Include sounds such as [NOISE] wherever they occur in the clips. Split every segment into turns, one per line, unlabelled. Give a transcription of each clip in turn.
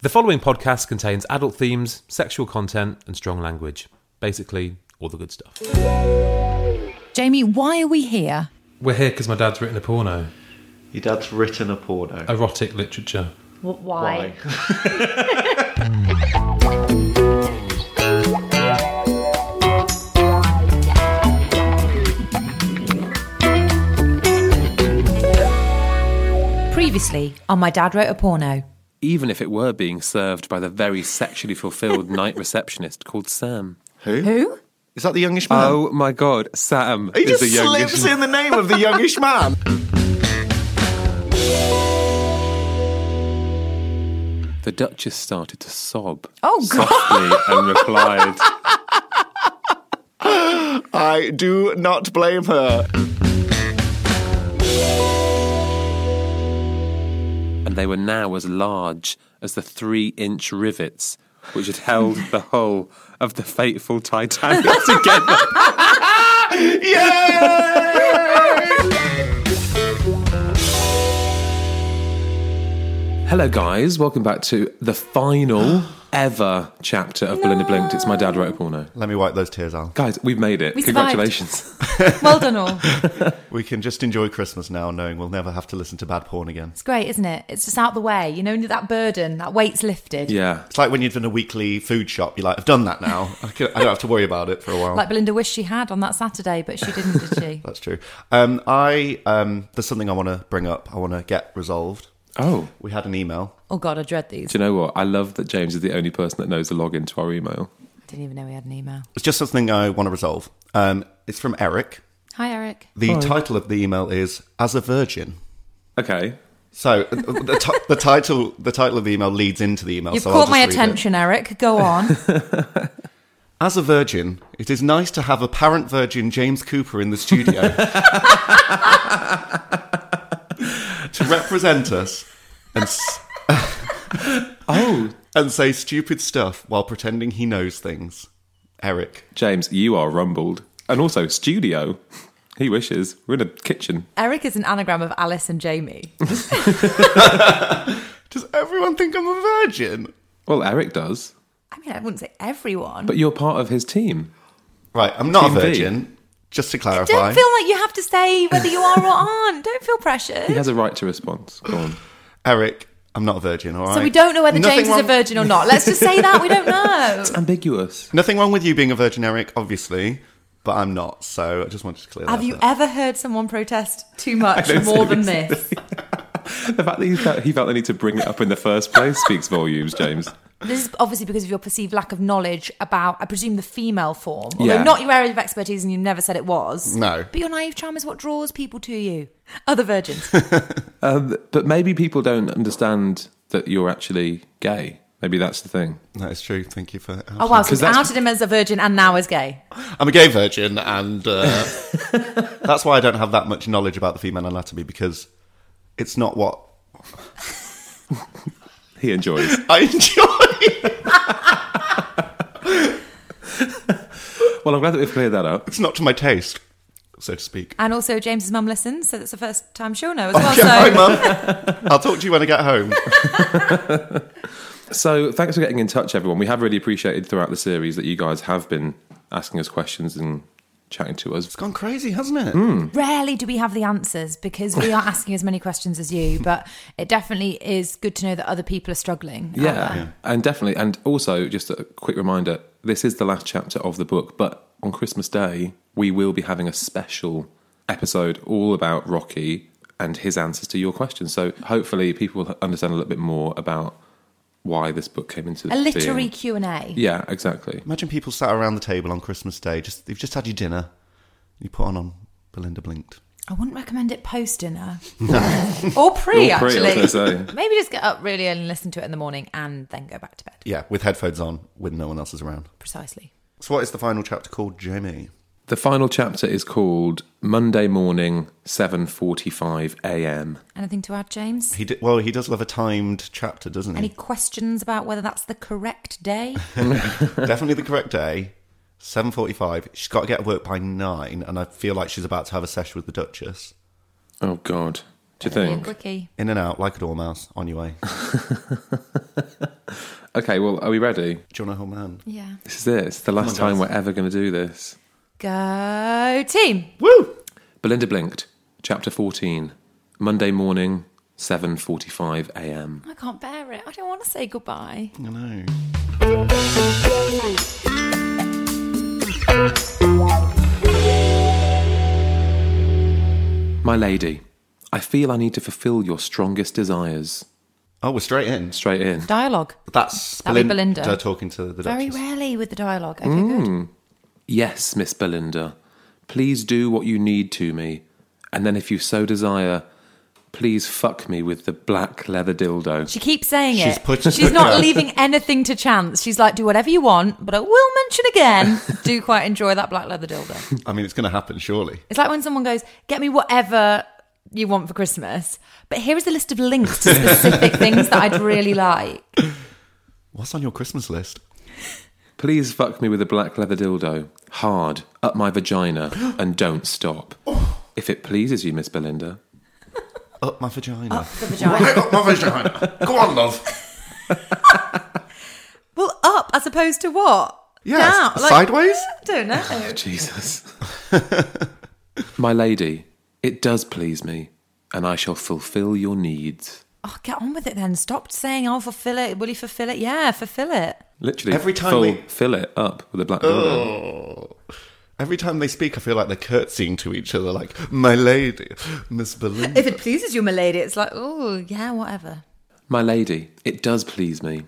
The following podcast contains adult themes, sexual content, and strong language. Basically, all the good stuff.
Jamie, why are we here?
We're here because my dad's written a porno,
Your dad's written a porno.
erotic literature.
Wh- [LAUGHS] Why?
Previously, on My Dad Wrote a Porno.
even if it were being served by the very sexually
[LAUGHS]
fulfilled night receptionist called Sam.
Who?
Who?
Is that the youngish man?
Oh my god, Sam
he
is
just
the youngest.
slips in the name of the [LAUGHS] youngish man.
The Duchess started to sob.
Oh, God.
Softly and replied,
[LAUGHS]
I do not blame her.
and they were now as large as the three-inch rivets which had held the hull of the fateful Titanic [LAUGHS]
[LAUGHS]
together. Hello, guys. Welcome back to the
[GASPS]
final ever chapter of Belinda Blinked. It's my dad wrote a porno.
Let me wipe those tears out.
Guys, we've made it.
We survived. [LAUGHS]
Congratulations.
Well done, all.
We can just enjoy Christmas now, knowing we'll never have to listen to bad porn again.
It's great, isn't it? It's just out the way. You know, that burden, that weight's lifted.
Yeah.
It's like when you've done a weekly food shop. You're like, I've done that now. I, can, I don't have to worry about it for a while.
Like Belinda wished she had on that Saturday, but she didn't, did
[LAUGHS]
she?
That's true. Um, I um, there's something I want to bring up. I want to get resolved.
Oh.
We had an email.
oh, God, I dread these.
Do you know what? I love that James is the only person that knows the login to our email.
I didn't even know we had an email.
It's just something I want to resolve. Um, it's from Eric.
Hi, Eric.
The title of the email is "As a Virgin."
Okay.
So uh, the, ti the title the title of the email leads into the email.
You've
so I'll
caught my
just read it.
attention, Eric.
[LAUGHS]
Go on.
As a virgin, it is nice to have apparent virgin James Cooper in the studio [LAUGHS] to represent us and s- [LAUGHS]
Oh.
and say stupid stuff while pretending he knows things. Eric,
James, you are rumbled. And also, studio. He wishes. We're in a kitchen.
Eric is an anagram of Alice and Jamie.
does everyone think I'm a virgin?
Well, Eric does.
I mean, I wouldn't say everyone.
But you're part of his team.
Right, I'm not
Team
a
V.
virgin. Just to clarify,
Don't feel like you have to say whether you are or aren't. Don't feel pressured.
He has a right to response. Go on.
Eric, I'm not a virgin. All right.
So we don't know whether
Nothing
James is a
wrong-
virgin or not. Let's just say that we
[LAUGHS]
don't know.
Ambiguous.
Nothing wrong with you being a virgin, Eric, obviously, but I'm not. So I just wanted to clear that
Have you
up.
ever heard someone protest
[LAUGHS]
too much more than this?
The fact that he felt, he felt the need to bring it up in the first place speaks volumes, James.
This is obviously because of your perceived lack of knowledge about, I presume, the female form. Although
Yeah.
not your area of expertise and you never said it was.
No.
But your naive charm is what draws people to you. Other
[LAUGHS]
virgins. Oh,
Um, but maybe people don't understand that you're actually gay. Maybe that's the thing.
That is true. Thank you for.
Oh, wow. So
'Cause
it's
that's-
outed him as a virgin and now as gay.
I'm a gay virgin,
[LAUGHS]
and uh, that's why I don't have that much knowledge about the female anatomy because it's not what
He enjoys.
I [LAUGHS] enjoy.
[LAUGHS] well, I'm glad that we've cleared that up.
it's not to my taste, so to speak.
And also, James's mum listens, so that's the first time she'll
Oh,
know as
[LAUGHS]
well.
Okay,
so
bye,
[LAUGHS]
Mum. I'll talk to you when I get home.
So, thanks for getting in touch, everyone. We have really appreciated throughout the series that you guys have been asking us questions and chatting to us.
It's gone crazy, hasn't it?
Rarely do we have the answers because we are asking as many questions as you, but it definitely is good to know that other people are struggling. out
Yeah,
there.
and definitely. And also, just a quick reminder this is the last chapter of the book, but on Christmas Day, we will be having a special episode all about Rocky and his answers to your questions. So, hopefully, people will understand a little bit more about why this book came into
A literary
being.
Q and A.
Yeah, exactly.
Imagine people sat around the table on Christmas Day. Just you've just had your dinner. You put on on Belinda blinked.
I wouldn't recommend it post dinner or pre,
Or pre, I was
actually.
gonna say.
Maybe just get up really early and listen to it in the morning and then go back to bed.
Yeah, with headphones on, with no one else is around.
Precisely.
So, what is the final chapter called, Jamie?
[LAUGHS] The final chapter is called Monday morning, seven forty-five a.m.
Anything to add, James?
He did, well, he does love a timed chapter, doesn't
Any
he?
questions about whether that's the correct day? [LAUGHS]
Definitely the correct day. Seven forty-five. She's got to get to work by nine, and I feel like she's about to have a session with the Duchess.
Oh God, do you
Be a
think?
quickie.
In and out, like a dormouse, on
[LAUGHS]
your way. Do
Okay, well, are we ready?
you want to hold my hand?
Yeah.
This is it. It's the last
Come on,
time we're ever going to do this.
Go team.
Woo!
Belinda blinked. Chapter fourteen. Monday morning, seven forty-five a.m.
I can't bear it. I don't want to say goodbye.
I know.
My lady, I feel I need to fulfil your strongest desires.
Oh, we're straight in.
Straight in.
Dialogue.
That's
That'd be
Belinda,
Belinda.
talking to the
Very
Duchess.
rarely with the dialogue. Okay, good.
Yes, Miss Belinda. Please do what you need to me, and then if you so desire, please fuck me with the black leather dildo.
She keeps saying
She's
it.
put-
She's not
Yeah.
leaving anything to chance. She's like, do whatever you want, but I will mention again. do quite enjoy that black leather dildo.
I mean, it's going to happen, surely.
It's like when someone goes, get me whatever you want for Christmas, but here is a list of links to
[LAUGHS]
specific things that I'd really like.
What's on your Christmas list?
Please fuck me with a black leather dildo, hard, up my vagina, and don't stop. If it pleases you, Miss Belinda.
Up my vagina.
The vagina.
Right up my
[LAUGHS]
vagina. Go on, love.
Well, up as opposed to what?
Yes,
Down, like-
sideways?
I don't know.
Jesus. [LAUGHS] my lady, it does please me, and I shall fulfill your needs.
Oh, get on with it then. Stop saying, "I'll fulfill it." Will you fulfill it? Yeah, fulfill it.
Literally,
Every time
fill,
we-
fill it up with a black dildo.
Oh. Every time they speak, I feel like they're curtsying to each other, like, my lady, Miss Belinda.
If it pleases you, my lady, it's like, oh yeah, whatever.
My lady, it does please me,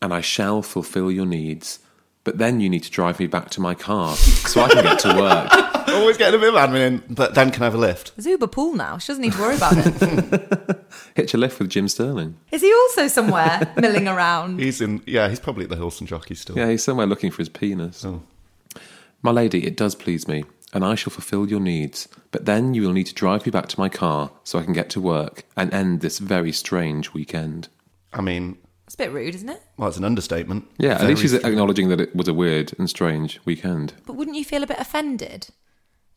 and I shall fulfill your needs. But then you need to drive me back to my car so I can get to
[LAUGHS]
work.
[LAUGHS] Always getting a bit of admin in, but then can I have a lift?
There's Uber pool now. She doesn't need to worry about
[LAUGHS]
it.
Hitch a lift with Jim Sterling.
Is he also somewhere milling around?
He's in, yeah, he's probably at the Hilson Jockey still.
Yeah, he's somewhere looking for his penis.
Oh.
My lady, it does please me, and I shall fulfill your needs. But then you will need to drive me back to my car so I can get to work and end this very strange weekend.
I mean,
It's a bit rude, isn't it?
well, it's an understatement.
Yeah, at
Very
least she's
strange.
acknowledging that it was a weird and strange weekend.
But wouldn't you feel a bit offended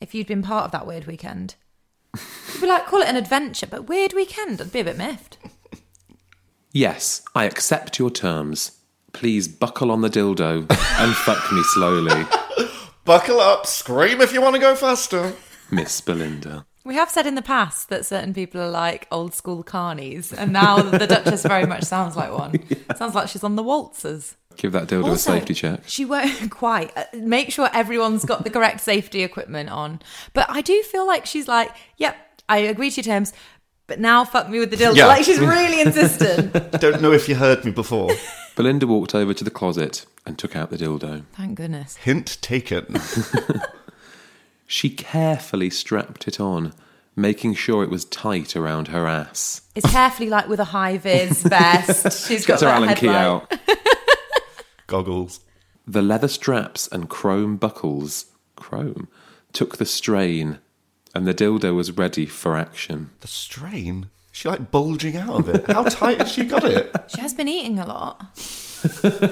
if you'd been part of that weird weekend? You'd be like, call it an adventure, but weird weekend. I'd be a bit miffed.
Yes, I accept your terms. Please buckle on the
[LAUGHS]
dildo and fuck me slowly,
Buckle up, scream if you want to go faster.
Miss Belinda.
We have said in the past that certain people are like old school carnies, and now the Duchess very much sounds
[LAUGHS]
like one. Sounds like she's on the waltzers.
Give that dildo a safety check.
She won't [LAUGHS] quite uh, make sure everyone's got the correct safety equipment on. But I do feel like she's like, yep, I agree to your terms, but now fuck me with the dildo.
Yeah.
Like
[LAUGHS]
she's really insistent.
Don't know if you heard me before.
Belinda walked over to the closet and took out the dildo.
Thank goodness.
Hint taken.
She carefully strapped it on, making sure it was tight around her ass.
It's carefully like with a high
[LAUGHS]
vis vest. She's got
Gets her
that
Allen key
headlight.
out.
Goggles.
The leather straps and chrome buckles, chrome, took the strain, and the dildo was ready for action.
The strain. She like bulging out of it. How tight has she got it?
She has been eating a lot.
She'll have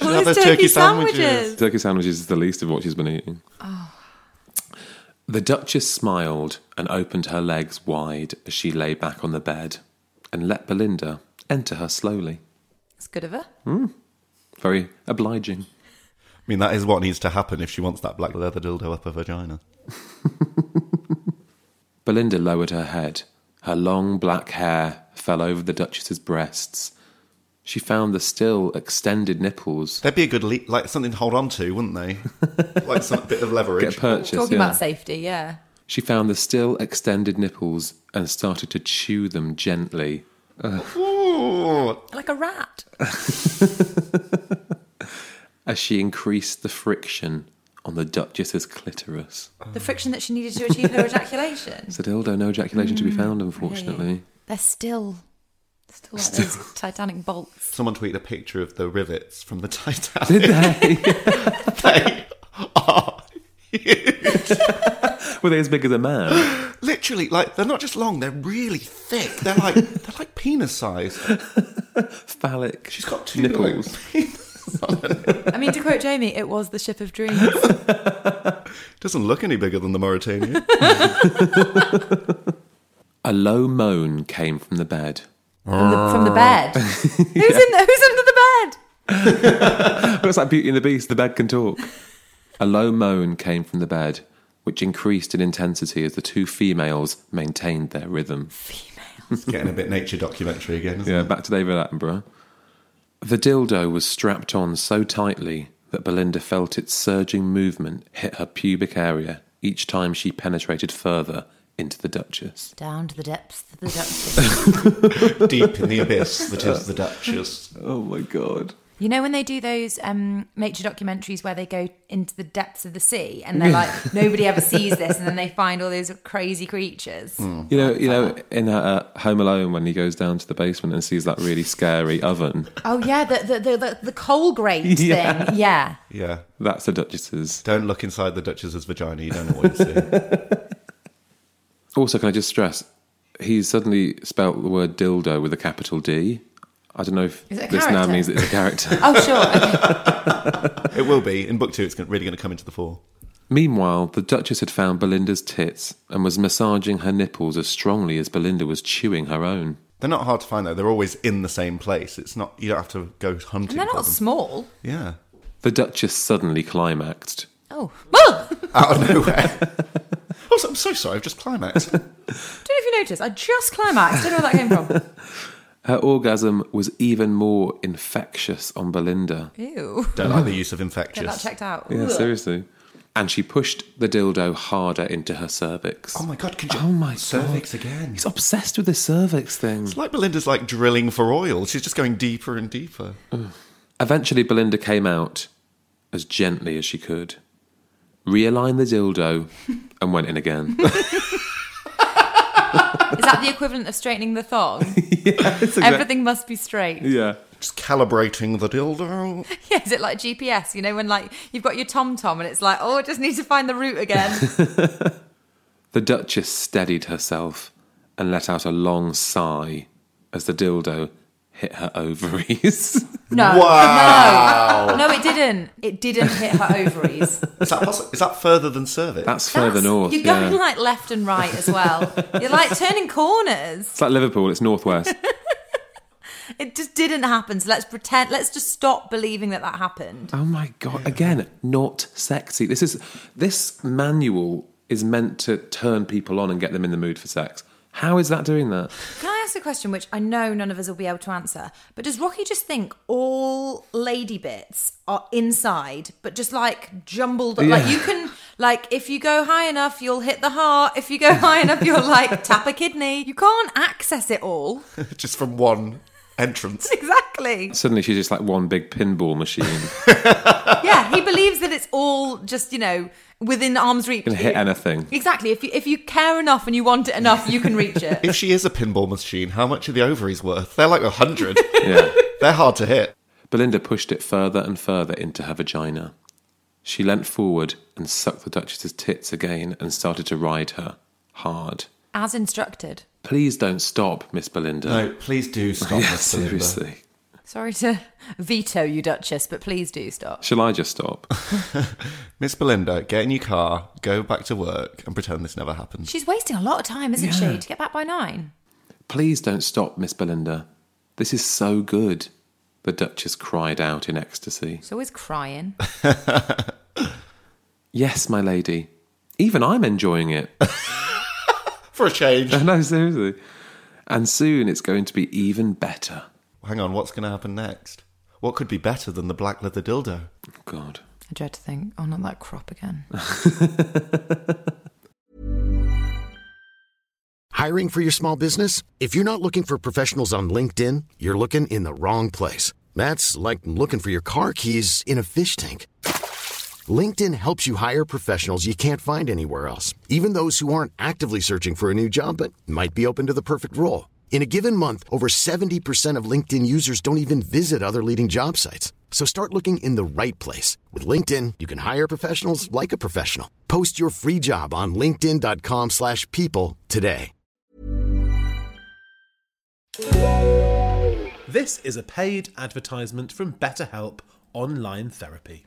All those
those
turkey,
turkey
sandwiches.
sandwiches.
Turkey sandwiches is the least of what she's been eating.
Oh.
The Duchess smiled and opened her legs wide as she lay back on the bed and let Belinda enter her slowly.
It's good of her.
Very obliging.
I mean, that is what needs to happen if she wants that black leather dildo up her vagina.
Belinda lowered her head. Her long black hair fell over the Duchess's breasts. She found the still extended nipples.
That'd be a good, le- like, something to hold on to,
[LAUGHS]
wouldn't they? like some bit of
Get
leverage.
purchased.
Talking
yeah.
about safety, yeah.
She found the still extended nipples and started to chew them gently.
Ooh.
Like a rat.
As she increased the friction on the Duchess's clitoris.
The friction that she needed to achieve her ejaculation.
It's a dildo, no ejaculation
Mm,
to be found, unfortunately.
[LAUGHS] They're still, still like those Titanic bolts.
Someone tweeted a picture of the rivets from the [LAUGHS] Titanic.
[LAUGHS]
Oh,
Did they? [LAUGHS]
[LAUGHS] they are
Were they as big as a man?
literally like they're not just long; they're really thick. They're like they're like penis size.
Phallic.
She's got two
nipples.
I mean, to quote Jamie, it was the ship of dreams.
Doesn't look any bigger than
[LAUGHS]
the Mauritania.
A low moan came from the bed.
From the, from the bed. Who's in the, Who's under the bed?
It's like Beauty and the Beast, the bed can talk. A low moan came from the bed, which increased in intensity as the two females maintained their rhythm.
it's getting a bit nature documentary again. Isn't
Yeah,
it?
back to David Attenborough. The dildo was strapped on so tightly that Belinda felt its surging movement hit her pubic area each time she penetrated further into the Duchess.
Down to the depths of the Duchess.
deep in the abyss that is the
[LAUGHS]
Duchess.
Oh my god.
You know when they do those um, nature documentaries where they go into the depths of the sea and
[LAUGHS]
they're like nobody ever sees this, and then they find all those crazy creatures.
You know, you know, in uh, Home Alone when he goes down to the basement and sees that really scary oven.
Oh yeah, the the the, the, the coal grate
[LAUGHS] Yeah.
thing. Yeah,
Yeah.
That's the Duchess's.
Don't look inside the Duchess's vagina. You don't know what you see.
Also, can I just stress, he's suddenly spelt the word dildo with a capital D. I don't know if
Is it a
this now
character?
means it's a
[LAUGHS]
character.
Oh, sure.
[LAUGHS]
Okay.
It will be in book two. It's really going to come into the fore.
Meanwhile, the Duchess had found Belinda's tits and was massaging her nipples as strongly as Belinda was chewing her own.
They're not hard to find though. They're always in the same place. It's not. You don't have to go hunting.
And they're
for
not
them.
small.
Yeah.
The Duchess suddenly climaxed.
Oh,
Well, don't know
Out of nowhere. [LAUGHS] also, I'm so sorry. I've just climaxed.
if you noticed, I just climaxed. Don't know where that came from.
[LAUGHS] Her orgasm was even more infectious on Belinda.
Ew.
don't like the use of
Get that
infectious.
checked out.
Yeah, seriously. And she pushed the dildo harder into her cervix.
Oh my god! Can you
Oh my
cervix
God.
again?
He's obsessed with the cervix thing.
It's like Belinda's like drilling for oil. She's just going deeper and deeper.
Eventually, Belinda came out as gently as she could, realigned the dildo,
[LAUGHS]
and went in again.
Is that the equivalent of straightening
[LAUGHS]
the thong? [LAUGHS] Everything must be straight.
yeah.
Just calibrating the dildo.
Yeah, [LAUGHS] is it like GPS? You know, when like you've got your tom tom and it's like, oh, I just need to find the route again.
The Duchess steadied herself and let out a long sigh as the dildo hit her ovaries. [LAUGHS]
No,
Wow.
no, no, it didn't. It didn't hit
[LAUGHS]
her ovaries.
Is that possi- is that further than cervix?
That's further
That's-
north.
You're going
yeah.
like left and right as well. You're like turning corners.
it's like Liverpool, it's
[LAUGHS]
northwest.
It just didn't happen. So let's pretend. Let's just stop believing that that happened.
oh my god. Again, not sexy. This is this manual is meant to turn people on and get them in the mood for sex. How is that doing that?
Can I ask a question, which I know none of us will be able to answer? But does Rocky just think all lady bits are inside, but just like jumbled? up Like you can, like if you go high enough, you'll hit the heart. If you go high enough, you'll like tap a kidney. You can't access it all. [LAUGHS]
just from one entrance.
Exactly.
Suddenly she's just like one big pinball
[LAUGHS]
machine.
Yeah, he believes that it's all just you know within arm's reach.
can hit anything.
Exactly. If you if you care enough and you want it enough, you can
[LAUGHS]
reach it.
If she is a pinball machine, how much are the ovaries worth? They're like a hundred.
Yeah. [LAUGHS]
They're hard to hit.
Belinda pushed it further and further into her vagina. She leant forward and sucked the Duchess's tits again and started to ride her hard.
As instructed.
Please don't stop, Miss Belinda. [LAUGHS]
No, please do stop
Yeah,
this, Belinda.
seriously.
Sorry to veto you, Duchess, but please do stop.
Shall I just
[LAUGHS]
stop?
Miss Belinda, get in your car, go back to work, and pretend this never happened.
She's wasting a lot of time, isn't she, to get back by nine?
Please don't stop, Miss Belinda. This is so good. The Duchess cried out in ecstasy.
She's
[LAUGHS]
always crying.
Yes, my lady. Even I'm enjoying
[LAUGHS]
it. [LAUGHS]
For a change.
no, seriously. And soon it's going to be even better.
[LAUGHS] Hang on, what's going to happen next? What could be better than the black leather dildo?
God. [LAUGHS]
I dread to think, oh, not that crop again.
Hiring for your small business? If you're not looking for professionals on LinkedIn, you're looking in the wrong place. That's like looking for your car keys in a fish tank. LinkedIn helps you hire professionals you can't find anywhere else, even those who aren't actively searching for a new job but might be open to the perfect role. In a given month, over 70% of LinkedIn users don't even visit other leading job sites. So start looking in the right place. With LinkedIn, you can hire professionals like a professional. Post your free job on linkedin.com/people slash people today.
This is a paid advertisement from BetterHelp Online Therapy.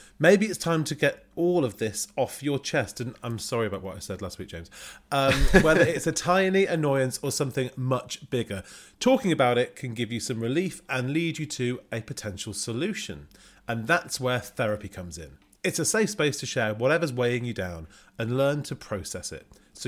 Maybe it's time to get all of this off your chest. And I'm sorry about what I said last week, James. Um, whether it's a tiny annoyance or something much bigger, talking about it can give you some relief and lead you to a potential solution. And that's where therapy comes in. It's a safe space to share whatever's weighing you down and learn to process it so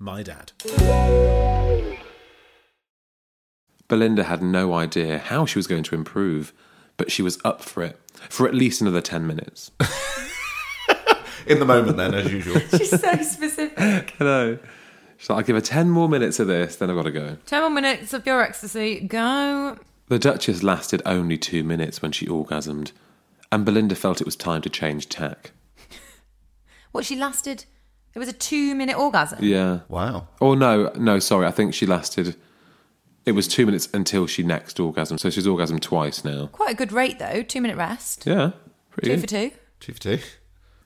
mydad.
Belinda had no idea how she was going to improve, but she was up for it for at least another 10
[LAUGHS]
minutes.
In the moment, then, as usual.
She's so specific.
Hello. She's like, I'll give her 10 more minutes of this, then I've got to go.
Ten more minutes of your ecstasy. Go.
The Duchess lasted only two minutes when she orgasmed, and Belinda felt it was time to change tack.
What she lasted? It was a two-minute orgasm.
Yeah.
[LAUGHS] Wow.
Oh, no, no, sorry. I think she lasted. It was two minutes until she next orgasmed, so she's orgasmed twice now.
Quite a good rate though. Two-minute rest.
Yeah. Pretty
Two
good.
for two.
Two for two.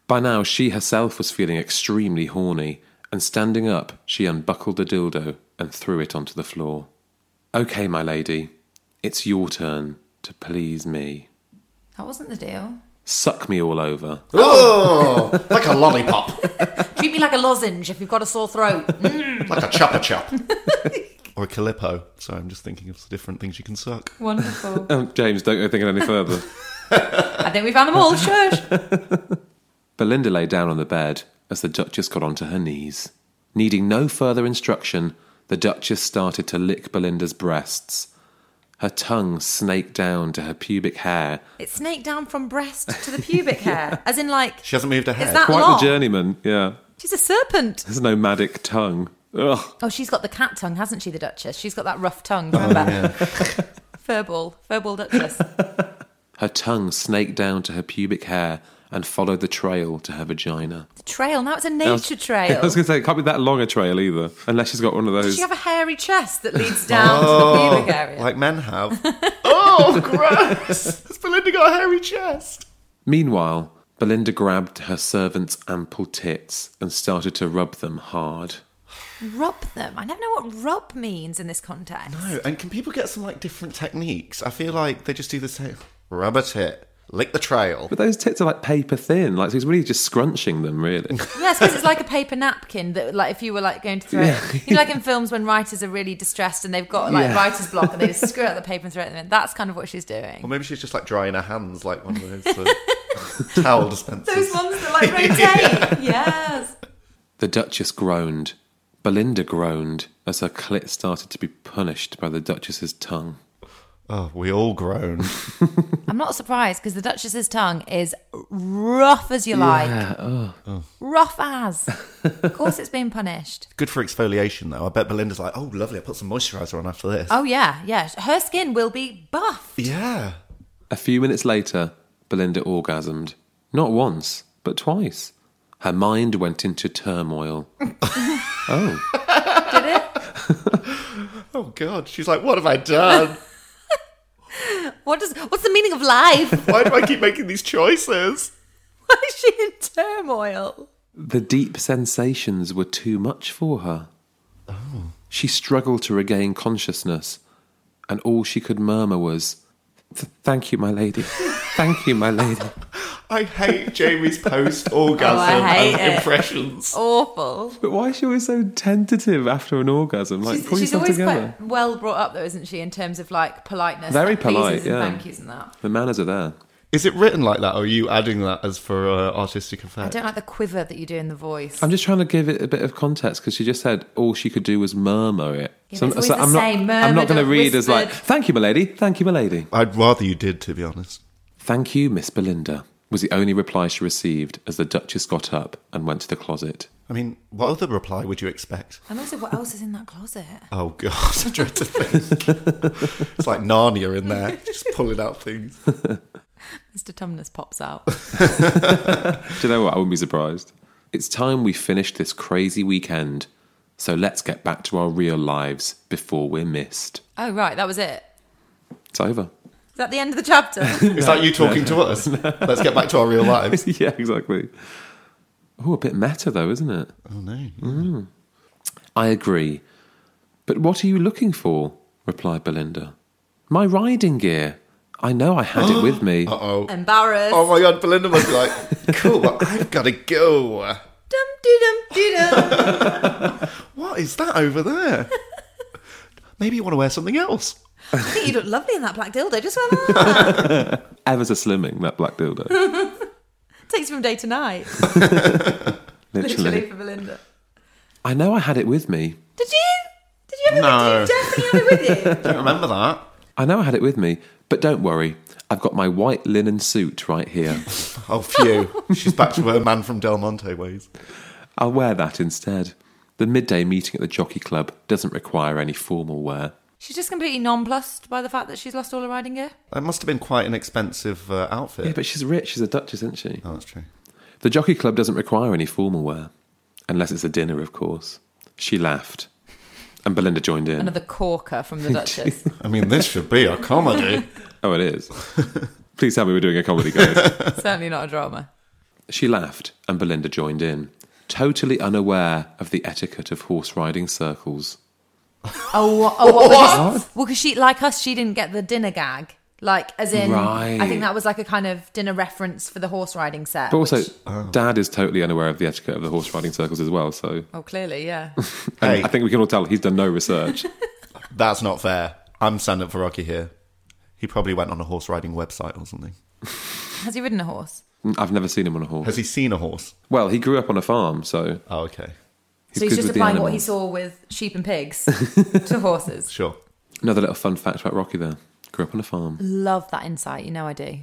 By now, she herself was feeling extremely horny, and standing up, she unbuckled the dildo and threw it onto the floor. Okay, my lady, it's your turn to please me.
That wasn't the deal.
Suck me all over.
Oh, like a lollipop,
Treat me like a lozenge if you've got a sore throat.
like a chopper chop. Or a calippo. Sorry, I'm just thinking of different things you can suck.
Wonderful.
Um, James, don't go thinking any further.
I think we found them all. Shush.
Belinda lay down on the bed as the Duchess got onto her knees. Needing no further instruction, the Duchess started to lick Belinda's breasts. Her tongue snaked down to her pubic hair.
It snaked down from breast to the pubic hair, as in like
She hasn't moved her
Is
head.
that-
Quite
long.
the journeyman, yeah.
she's a serpent.
His nomadic tongue. Ugh.
Oh, she's got the cat tongue, hasn't she, the Duchess? She's got that rough tongue. Remember, [LAUGHS]
Furball. Furball Duchess.
Her tongue snaked down to her pubic hair and followed the trail to her vagina.
the trail. Now it's a
I was- [LAUGHS]
nature trail.
I was going to say, it can't be that long a trail either, unless she's got one of
Does
those.
she have a hairy chest that leads down to the pubic area?
like men have.
[LAUGHS]
oh, gross! Has Belinda got a hairy chest?
Meanwhile, Belinda grabbed her servant's ample tits and started to rub them hard.
rub them. I don't know what rub means in this context.
No, and can people get some like different techniques? I feel like they just do the same. Rub a tit, lick the trail.
But those tits are like paper thin. Like, so he's really just scrunching them, really. [LAUGHS]
Yes, because it's like a paper napkin that, like, if you were like going to throw it, you know, like in films when writers are really distressed and they've got like
Yeah.
writer's block and they just screw out the paper and throw it in. the bin. That's kind of what she's
Or
doing.
maybe she's just like drying her hands like one of
[LAUGHS]
those uh, towel dispensers.
Those ones that like rotate. yes.
the Duchess groaned. Belinda groaned as her clit started to be punished by the Duchess's tongue.
Oh, we all groaned.
I'm not surprised because the Duchess's tongue is rough as you like. Rough as. Of course, it's being punished.
Good for exfoliation though. I bet Belinda's like, oh, lovely. I put some moisturizer on after this.
Oh, yeah, yeah. Her skin will be buff.
Yeah.
A few minutes later, Belinda orgasmed. Not once, but twice. Her mind went into
[LAUGHS]
turmoil. oh.
Did it?
Oh God. She's like, what have I done?
What does, what's the meaning of life? [LAUGHS]
Why do I keep making these choices?
Why is she in turmoil?
The deep sensations were too much for her.
Oh.
She struggled to regain consciousness, and
[LAUGHS]
all she could murmur was, "Th- Thank you, my lady. Thank you, my lady.
I hate Jamie's post orgasm
Oh, I hate
and
it. Oh.
impressions.
Awful.
But why is she always so tentative after an orgasm? Like,
she's
pull
she's
yourself
always
together.
quite well brought up, though, isn't she, in terms of like politeness?
Very
like, pleases
polite,
and
yeah.
Thank yous and that.
The manners are there.
Is it written like that, or are you adding that as for uh, artistic
I
effect?
don't like the quiver that you do in the voice.
I'm just trying to give it a bit of context because she just said all she could do was murmur it.
Yeah, but it's always the
I'm not,
same,
I'm not
murmured
going to
or
read as like,
whispered.
"Thank you, my lady. Thank you, my lady.
I'd rather you did, to be honest.
Thank you, Miss Belinda." Was the only reply she received as the Duchess got up and went to the closet.
I mean, what other reply would you expect?
and also, what else is in that closet?
Oh God, [LAUGHS] I dread to think. [LAUGHS] it's like Narnia in there, just pulling out things.
Mr. Tumnus pops out. [LAUGHS]
Do you know what? I wouldn't be surprised. It's time we finished this crazy weekend, so let's get back to our real lives before we're missed.
oh, right, that was it.
It's over.
Is that the end of the chapter?
[LAUGHS]
It's like you talking to us. Let's get back to our real lives.
yeah, exactly. Oh, a bit meta though, isn't it? Mm.
Oh no.
I agree. But what are you looking for? replied Belinda. My riding gear. I know I had it with me.
Oh.
Embarrassed.
[LAUGHS] Oh my God, Belinda must be like, cool. I've got to go.
Dum dee dum dee dum.
What is that over [LAUGHS] there? Maybe you want to wear something else.
I think you look lovely in that black dildo. Just wear
[LAUGHS]
that.
Ever so slimming, that black dildo.
Takes you from day to night.
Literally.
Literally for Belinda.
I know I had it with me.
Did you? Did you have it?
No.
With, did you definitely have it
[LAUGHS]
with you?
Don't remember that.
I know I had it with me. But don't worry, I've got my white linen suit right here.
Oh, phew. She's back to her man from Del Monte ways.
I'll wear that instead. The midday meeting at the jockey club doesn't require any formal wear.
She's just completely nonplussed by the fact that she's lost all her riding gear.
That must have been quite an expensive uh, outfit.
Yeah, but she's rich, she's a duchess, isn't she?
oh, that's true.
The jockey club doesn't require any formal wear, unless it's a dinner, of course. She laughed, and Belinda joined in.
Another corker from
[LAUGHS]
the Duchess.
I mean, this should be a comedy.
Oh, it
[LAUGHS]
is. Please tell me we're doing a comedy, guys.
Certainly not a drama.
she laughed, and Belinda joined in, totally unaware of the etiquette of horse riding circles.
Oh, what? Oh, what? Because, well, because she, like us, she didn't get the dinner gag. Like, as in, I
Right.
think that was like a kind of dinner reference for the horse riding set.
But also,
which-
Oh.
Dad is totally unaware of the etiquette of the horse riding circles as well. So
oh, clearly, yeah.
and
[LAUGHS] Hey.
I think we can all tell he's done no research.
That's not fair. I'm standing up for Rocky here. He probably went on a horse riding website or something.
[LAUGHS] Has he ridden a horse?
I've never seen him on a horse.
Has he seen a horse?
Well, he grew up on a farm, so
Oh, okay.
he's
so
good
he's just
with the
applying what he
animals.
saw with sheep
[LAUGHS]
and pigs to horses.
Sure.
Another little fun fact about Rocky there. Grew up on a farm.
Love that insight. You know I do.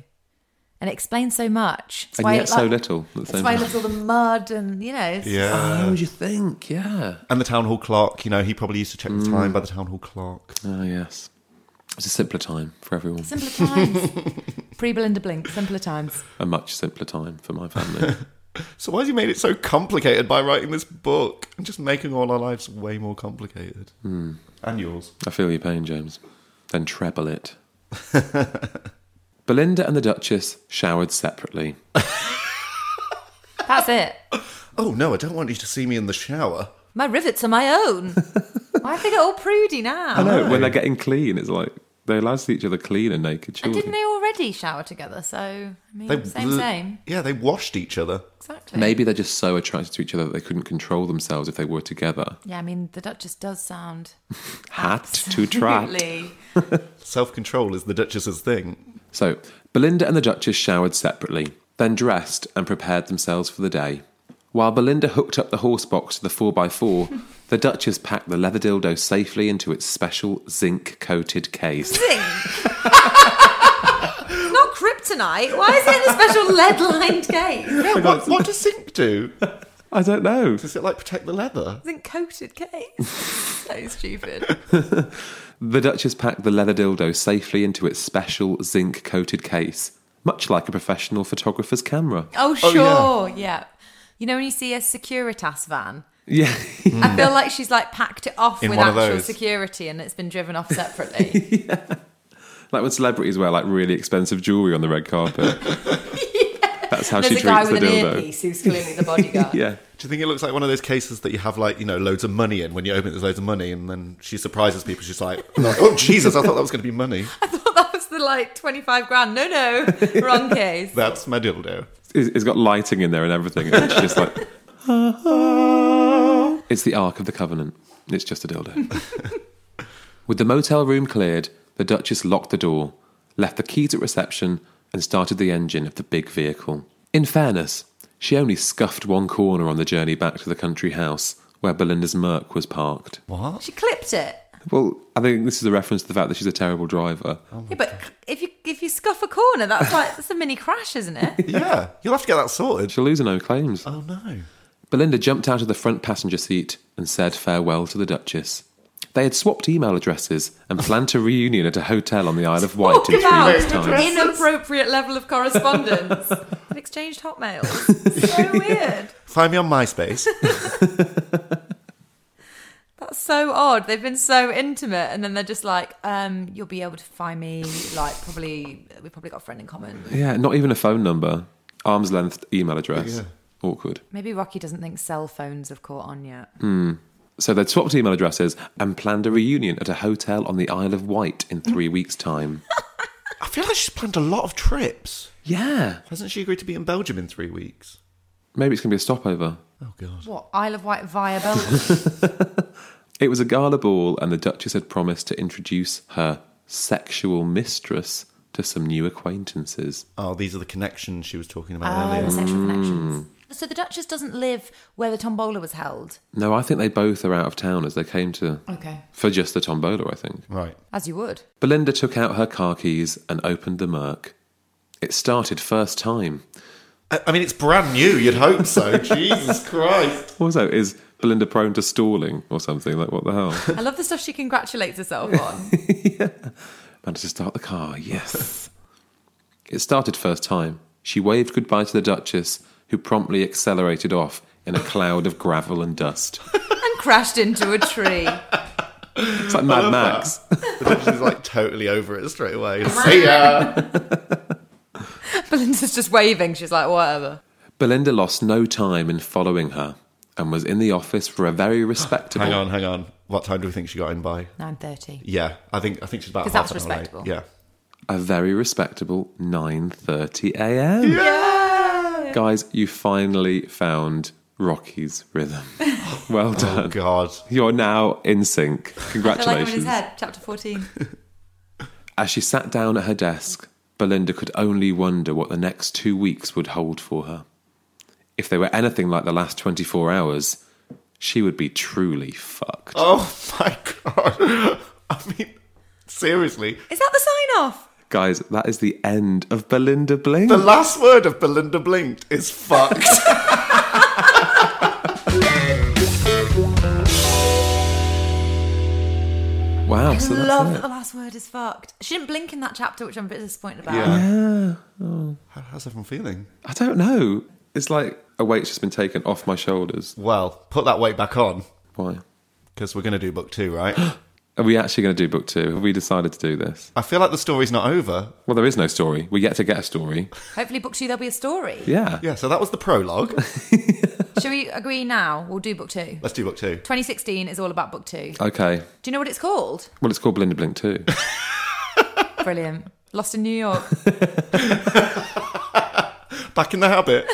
And it explains so much. It's
And
why
yet
it,
so
like-
little at the
It's
same
why he
time.
loves all the mud and, you know. it's-
Yeah.
Oh, you think? Yeah.
And the town hall clock, you know, he probably used to check the time by the town hall clock.
Oh, yes. It's a simpler time for everyone. [LAUGHS]
Simpler times. Pre Belinda Blink, simpler times.
a much simpler time for my [LAUGHS] family.
So why has he made it so complicated by writing this book and just making all our lives way more complicated? And yours.
I feel your pain, James. Then treble [LAUGHS] it. Belinda and the Duchess showered separately.
That's it.
Oh no, I don't want you to see me in the shower.
My rivets are my
[LAUGHS]
own. Why have they got all prudy now?
I know, when they're getting clean, it's like they're allowed to see each other clean and naked
And
children.
didn't they already shower together? So, I mean,
They-
same, same.
Yeah, they washed each other.
Exactly.
Maybe they're just so attracted to each other that they couldn't control themselves if they were together.
Yeah, I mean, the Duchess does sound.
Had
[LAUGHS]
to trot.
absolutely-
Self control is the Duchess's thing.
So, Belinda and the Duchess showered separately, then dressed and prepared themselves for the day. While Belinda hooked up the horse box to the
[LAUGHS]
4x4, the Duchess packed the leather dildo safely into its special zinc coated case.
[LAUGHS]
Zing. It's Not kryptonite. Why is it in a special lead-lined case?
[LAUGHS] Yeah, what, what does zinc do?
I don't know.
Does it like protect the leather?
It's in coated case.
[LAUGHS] so stupid.
The Duchess packed the leather dildo safely into its special zinc coated case, much like a professional photographer's camera.
Oh,
Oh,
sure.
yeah.
yeah. You know, when you see a Securitas van,
Yeah.
I feel like she's like packed it off
In
with
one of
actual
those.
security and it's been driven
[LAUGHS]
off separately.
like when celebrities wear like really expensive jewelry on the red carpet.
[LAUGHS]
That's how
There's
she
a guy
treats the
with an
dildo.
earpiece who's clearly the bodyguard.
Yeah.
Do you think it looks like one of those cases that you have like, you know, loads of money in when you open it, there's loads of money and then she surprises people, she's [LAUGHS] like, Oh Jesus, I thought that was gonna be money.
[LAUGHS] I thought that was the like 25 grand. No, no, wrong case.
That's my dildo.
it's it's got lighting in there and everything, and it's just like. [LAUGHS] it's the Ark of the Covenant. It's just a dildo. With the motel room cleared, the Duchess locked the door, left the keys at reception, and started the engine of the big vehicle. In fairness, she only scuffed one corner on the journey back to the country house where Belinda's Merc was parked.
She clipped it.
Well, I think this is a reference to the fact that she's a terrible driver.
yeah, but c- if you if you scuff a corner, that's like that's a mini crash, isn't it?
[LAUGHS] Yeah, you'll have to get that sorted.
She'll lose her no claims.
Oh no.
Belinda jumped out of the front passenger seat and said farewell to the Duchess. They had swapped email addresses and planned a reunion at a hotel on the Isle of Wight in three
about
weeks' time.
inappropriate level
[LAUGHS]
of correspondence. They've exchanged hotmails. So weird.
Find me on [LAUGHS] MySpace.
That's so odd. They've been so intimate, and then they're just like, um, "You'll be able to find me." Like, probably we probably got a friend in common.
Yeah, not even a phone number, arm's length email address. Awkward.
Maybe Rocky doesn't think cell phones have caught on yet.
So they'd swapped email addresses and planned a reunion at a hotel on the Isle of Wight in three weeks' time.
I feel like she's planned a lot of trips.
Yeah.
Hasn't she agreed to be in Belgium in three weeks?
Maybe it's going to be a stopover.
Oh god.
What Isle of Wight via Belgium?
It was a gala ball, and the Duchess had promised to introduce her sexual mistress to some new acquaintances.
Oh, these are the connections she was talking about
oh, the
earlier.
sexual connections. So the Duchess doesn't live where the tombola was held.
No, I think they both are out of town as they came to
Okay,
for just the tombola, I think.
Right.
as
[LAUGHS]
you would.
Belinda took out her car keys and opened the Merc. It started first time.
I, I mean, it's brand new. You'd hope [LAUGHS] so. Jesus Christ.
Also, is Belinda prone to stalling or something? Like, what the
[LAUGHS]
hell?
I love the stuff she congratulates herself on. [LAUGHS]
Managed to start the car,
[LAUGHS]
yes. it started first time. She waved goodbye to the Duchess, who promptly accelerated off in a cloud of gravel and dust.
and crashed into a tree. [LAUGHS]
It's like Mad Max.
The Duchess is like totally over it straight away. See ya.
Belinda's just waving. She's like, whatever.
Belinda lost no time in following her and was in the office for a very respectable.
[GASPS] hang on, hang on. What time do we think she got in by?
Nine thirty.
Yeah, I think I think she's about.
'Cause
half
that's
an hour late.
respectable.
Yeah.
A very respectable 9:30 a.m. Guys, you finally found Rocky's rhythm. [LAUGHS] Well done.
God.
You're now in sync.
I feel like I'm in his
Congratulations.
head. Chapter fourteen.
As she sat down at her desk, Belinda could only wonder what the next two weeks would hold for her. If they were anything like the last 24 hours, she would be truly fucked.
Oh my God. [LAUGHS] I mean, seriously,
Is that the sign off?
Guys, that is the end of Belinda Bling.
the last word of Belinda blinked is [LAUGHS] fucked.
Wow, so that's
Love
it.
that the last word is fucked. She didn't blink in that chapter, which I'm a bit disappointed about.
Yeah.
How, how's everyone feeling?
I don't know. It's like a weight's just been taken off my shoulders.
Well, put that weight back on
Why?
because we're going to do book two, right?
Are we actually going to do book two? Have we decided to do this?
I feel like the story's not over.
Well, there is no story. We yet to get a story.
Hopefully, book two there'll be a story.
Yeah.
[LAUGHS] Yeah, so that was the prologue.
Shall we agree now? We'll do book two.
Let's do book two.
2016 is all about book two.
Okay.
Do you know what it's called?
[LAUGHS] Well, it's called Belinda Blink 2.
Brilliant. Lost in New York.
Back in the habit.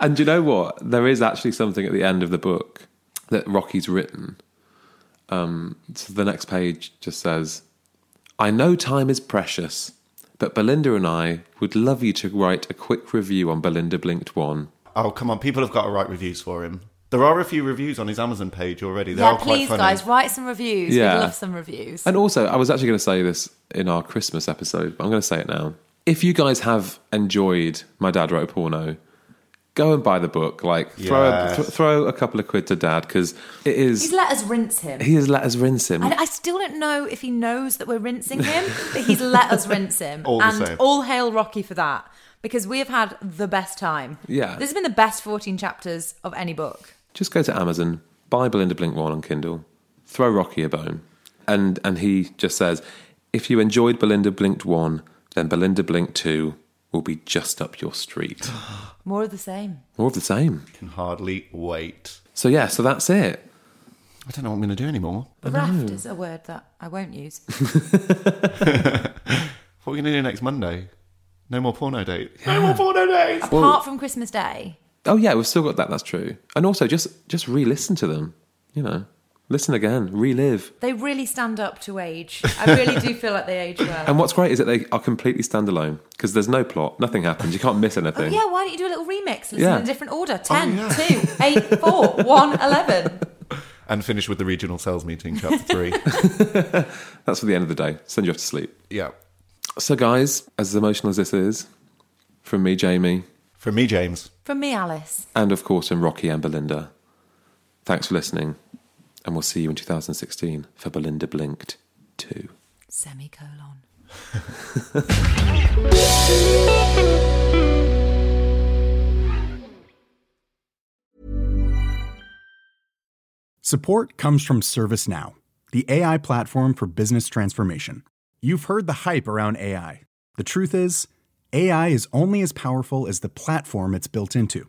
and you know what? There is actually something at the end of the book that Rocky's written. Um, so the next page just says, I know time is precious, but Belinda and I would love you to write a quick review on Belinda Blinked 1.
Oh, come on. People have got to write reviews for him. There are a few reviews on his Amazon page already. They
yeah,
are quite
please,
funny.
guys, write some reviews.
Yeah.
We'd love some reviews.
And also, I was actually going to say this in our Christmas episode, but I'm going to say it now. If you guys have enjoyed My Dad Wrote a Porno, go and buy the book. Like, throw, a,
Yes.
th- throw a couple of quid to Dad because it
He's
is.
let us rinse him.
He has let us rinse him.
I, I still don't know if he knows that we're rinsing him, but he's let us rinse him.
All the
and
same.
all hail Rocky for that because we have had the best time.
Yeah.
This has been the best 14 chapters of any book.
Just go to Amazon, buy Belinda Blink 1 on Kindle, throw Rocky a bone. And, and he just says, if you enjoyed Belinda Blinked 1, then Belinda Blink 2 will be just up your street.
More of the same.
More of the same.
Can hardly wait.
So, yeah, so that's it.
I don't know what I'm going to do anymore.
Raft is a word that I won't use.
What are we going to do next Monday? No more porno dates. No more porno dates.
Apart from Christmas Day.
Oh yeah, we've still got that. That's true. And also, just just re-listen to them. You know, listen again, relive.
They really stand up to age. I really do feel like they
[LAUGHS]
age well.
And what's great is that they are completely standalone because there's no plot, nothing happens, you can't miss anything.
Oh, Yeah, why don't you do a little remix? Listen
Yeah.
in a different order. 10, 2, 8, 4, 1, 11.
And finish with the regional sales meeting,
[LAUGHS]
chapter three.
That's for the end of the day. Send you off to sleep.
yeah.
So, guys, as emotional as this is, from me, Jamie,
From me, James.
From me, Alice.
and of course, from Rocky and Belinda, thanks for listening, and we'll see you in 2016 for Belinda Blinked 2.
Semicolon.
Support comes from ServiceNow, the AI platform for business transformation. You've heard the hype around AI. The truth is, AI is only as powerful as the platform it's built into.